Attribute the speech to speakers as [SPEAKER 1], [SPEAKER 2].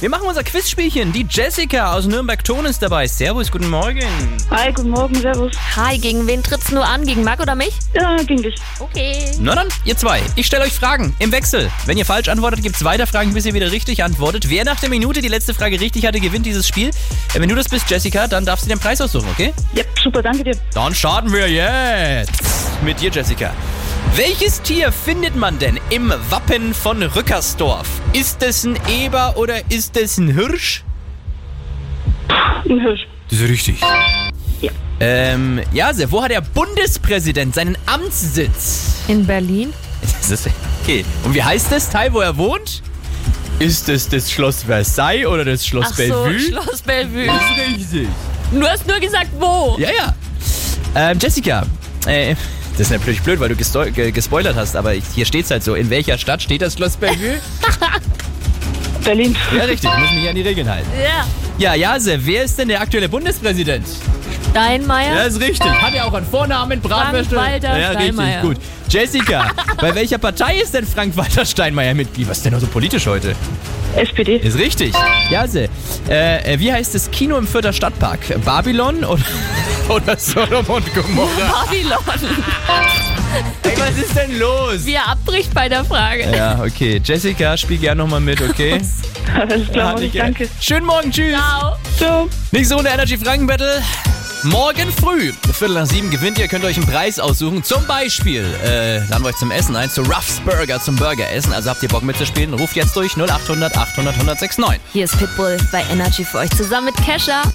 [SPEAKER 1] Wir machen unser Quizspielchen. Die Jessica aus Nürnberg-Ton ist dabei. Servus, guten Morgen.
[SPEAKER 2] Hi, guten Morgen, servus.
[SPEAKER 3] Hi, gegen wen tritt's nur an? Gegen Marc oder mich?
[SPEAKER 2] Ja, ging dich.
[SPEAKER 3] Okay.
[SPEAKER 1] Na dann, ihr zwei. Ich stelle euch Fragen im Wechsel. Wenn ihr falsch antwortet, gibt's weiter Fragen, bis ihr wieder richtig antwortet. Wer nach der Minute die letzte Frage richtig hatte, gewinnt dieses Spiel. Äh, Wenn du das bist, Jessica, dann darfst du den Preis aussuchen, okay?
[SPEAKER 2] Ja, super, danke dir.
[SPEAKER 1] Dann starten wir jetzt mit dir, Jessica. Welches Tier findet man denn im Wappen von Rückersdorf? Ist es ein Eber oder ist es ein Hirsch?
[SPEAKER 2] Ein Hirsch.
[SPEAKER 1] Das ist richtig.
[SPEAKER 2] Ja.
[SPEAKER 1] Ähm, ja, Sepp, wo hat der Bundespräsident seinen Amtssitz?
[SPEAKER 3] In Berlin?
[SPEAKER 1] Das ist, okay. Und wie heißt das Teil, wo er wohnt? Ist es das Schloss Versailles oder das Schloss
[SPEAKER 3] Ach so,
[SPEAKER 1] Bellevue?
[SPEAKER 3] Schloss Bellevue.
[SPEAKER 1] Das ist richtig.
[SPEAKER 3] Du hast nur gesagt, wo?
[SPEAKER 1] Ja, ja. Ähm, Jessica, äh, das ist natürlich blöd, weil du gesto- ge gespoilert hast, aber ich, hier steht's halt so. In welcher Stadt steht das Schloss Bellevue?
[SPEAKER 2] Berlin.
[SPEAKER 1] ja, richtig. Ich muss mich an die Regeln halten.
[SPEAKER 3] Ja.
[SPEAKER 1] Ja, Jase, wer ist denn der aktuelle Bundespräsident? Ja,
[SPEAKER 3] Steinmeier?
[SPEAKER 1] ist richtig. Hat er auch einen Vornamen? Bratwürste?
[SPEAKER 3] Frank-Walter
[SPEAKER 1] Ja, richtig,
[SPEAKER 3] Steinmeier.
[SPEAKER 1] gut. Jessica, bei welcher Partei ist denn Frank-Walter Steinmeier Mitglied? Was ist denn noch so politisch heute?
[SPEAKER 2] SPD.
[SPEAKER 1] Ist richtig. Jase, äh, äh, wie heißt das Kino im Fürther Stadtpark? Babylon oder, oder Sodom und Gomorra?
[SPEAKER 3] Babylon.
[SPEAKER 1] Ey, was ist denn los?
[SPEAKER 3] Wie er abbricht bei der Frage.
[SPEAKER 1] Ja, okay. Jessica, spiel gerne nochmal mit, okay?
[SPEAKER 2] Alles klar, mach ich,
[SPEAKER 1] gern.
[SPEAKER 2] danke.
[SPEAKER 1] Schönen Morgen, tschüss.
[SPEAKER 3] Ciao.
[SPEAKER 2] Ciao.
[SPEAKER 1] Nächste Runde Energy Franken Battle. Morgen früh, Viertel nach sieben gewinnt ihr, könnt euch einen Preis aussuchen. Zum Beispiel, äh, laden wir euch zum Essen ein, zu Ruff's Burger, zum Burgeressen. Also habt ihr Bock mitzuspielen, ruft jetzt durch 0800 800 1069.
[SPEAKER 3] Hier ist Pitbull bei Energy für euch zusammen mit Kesha.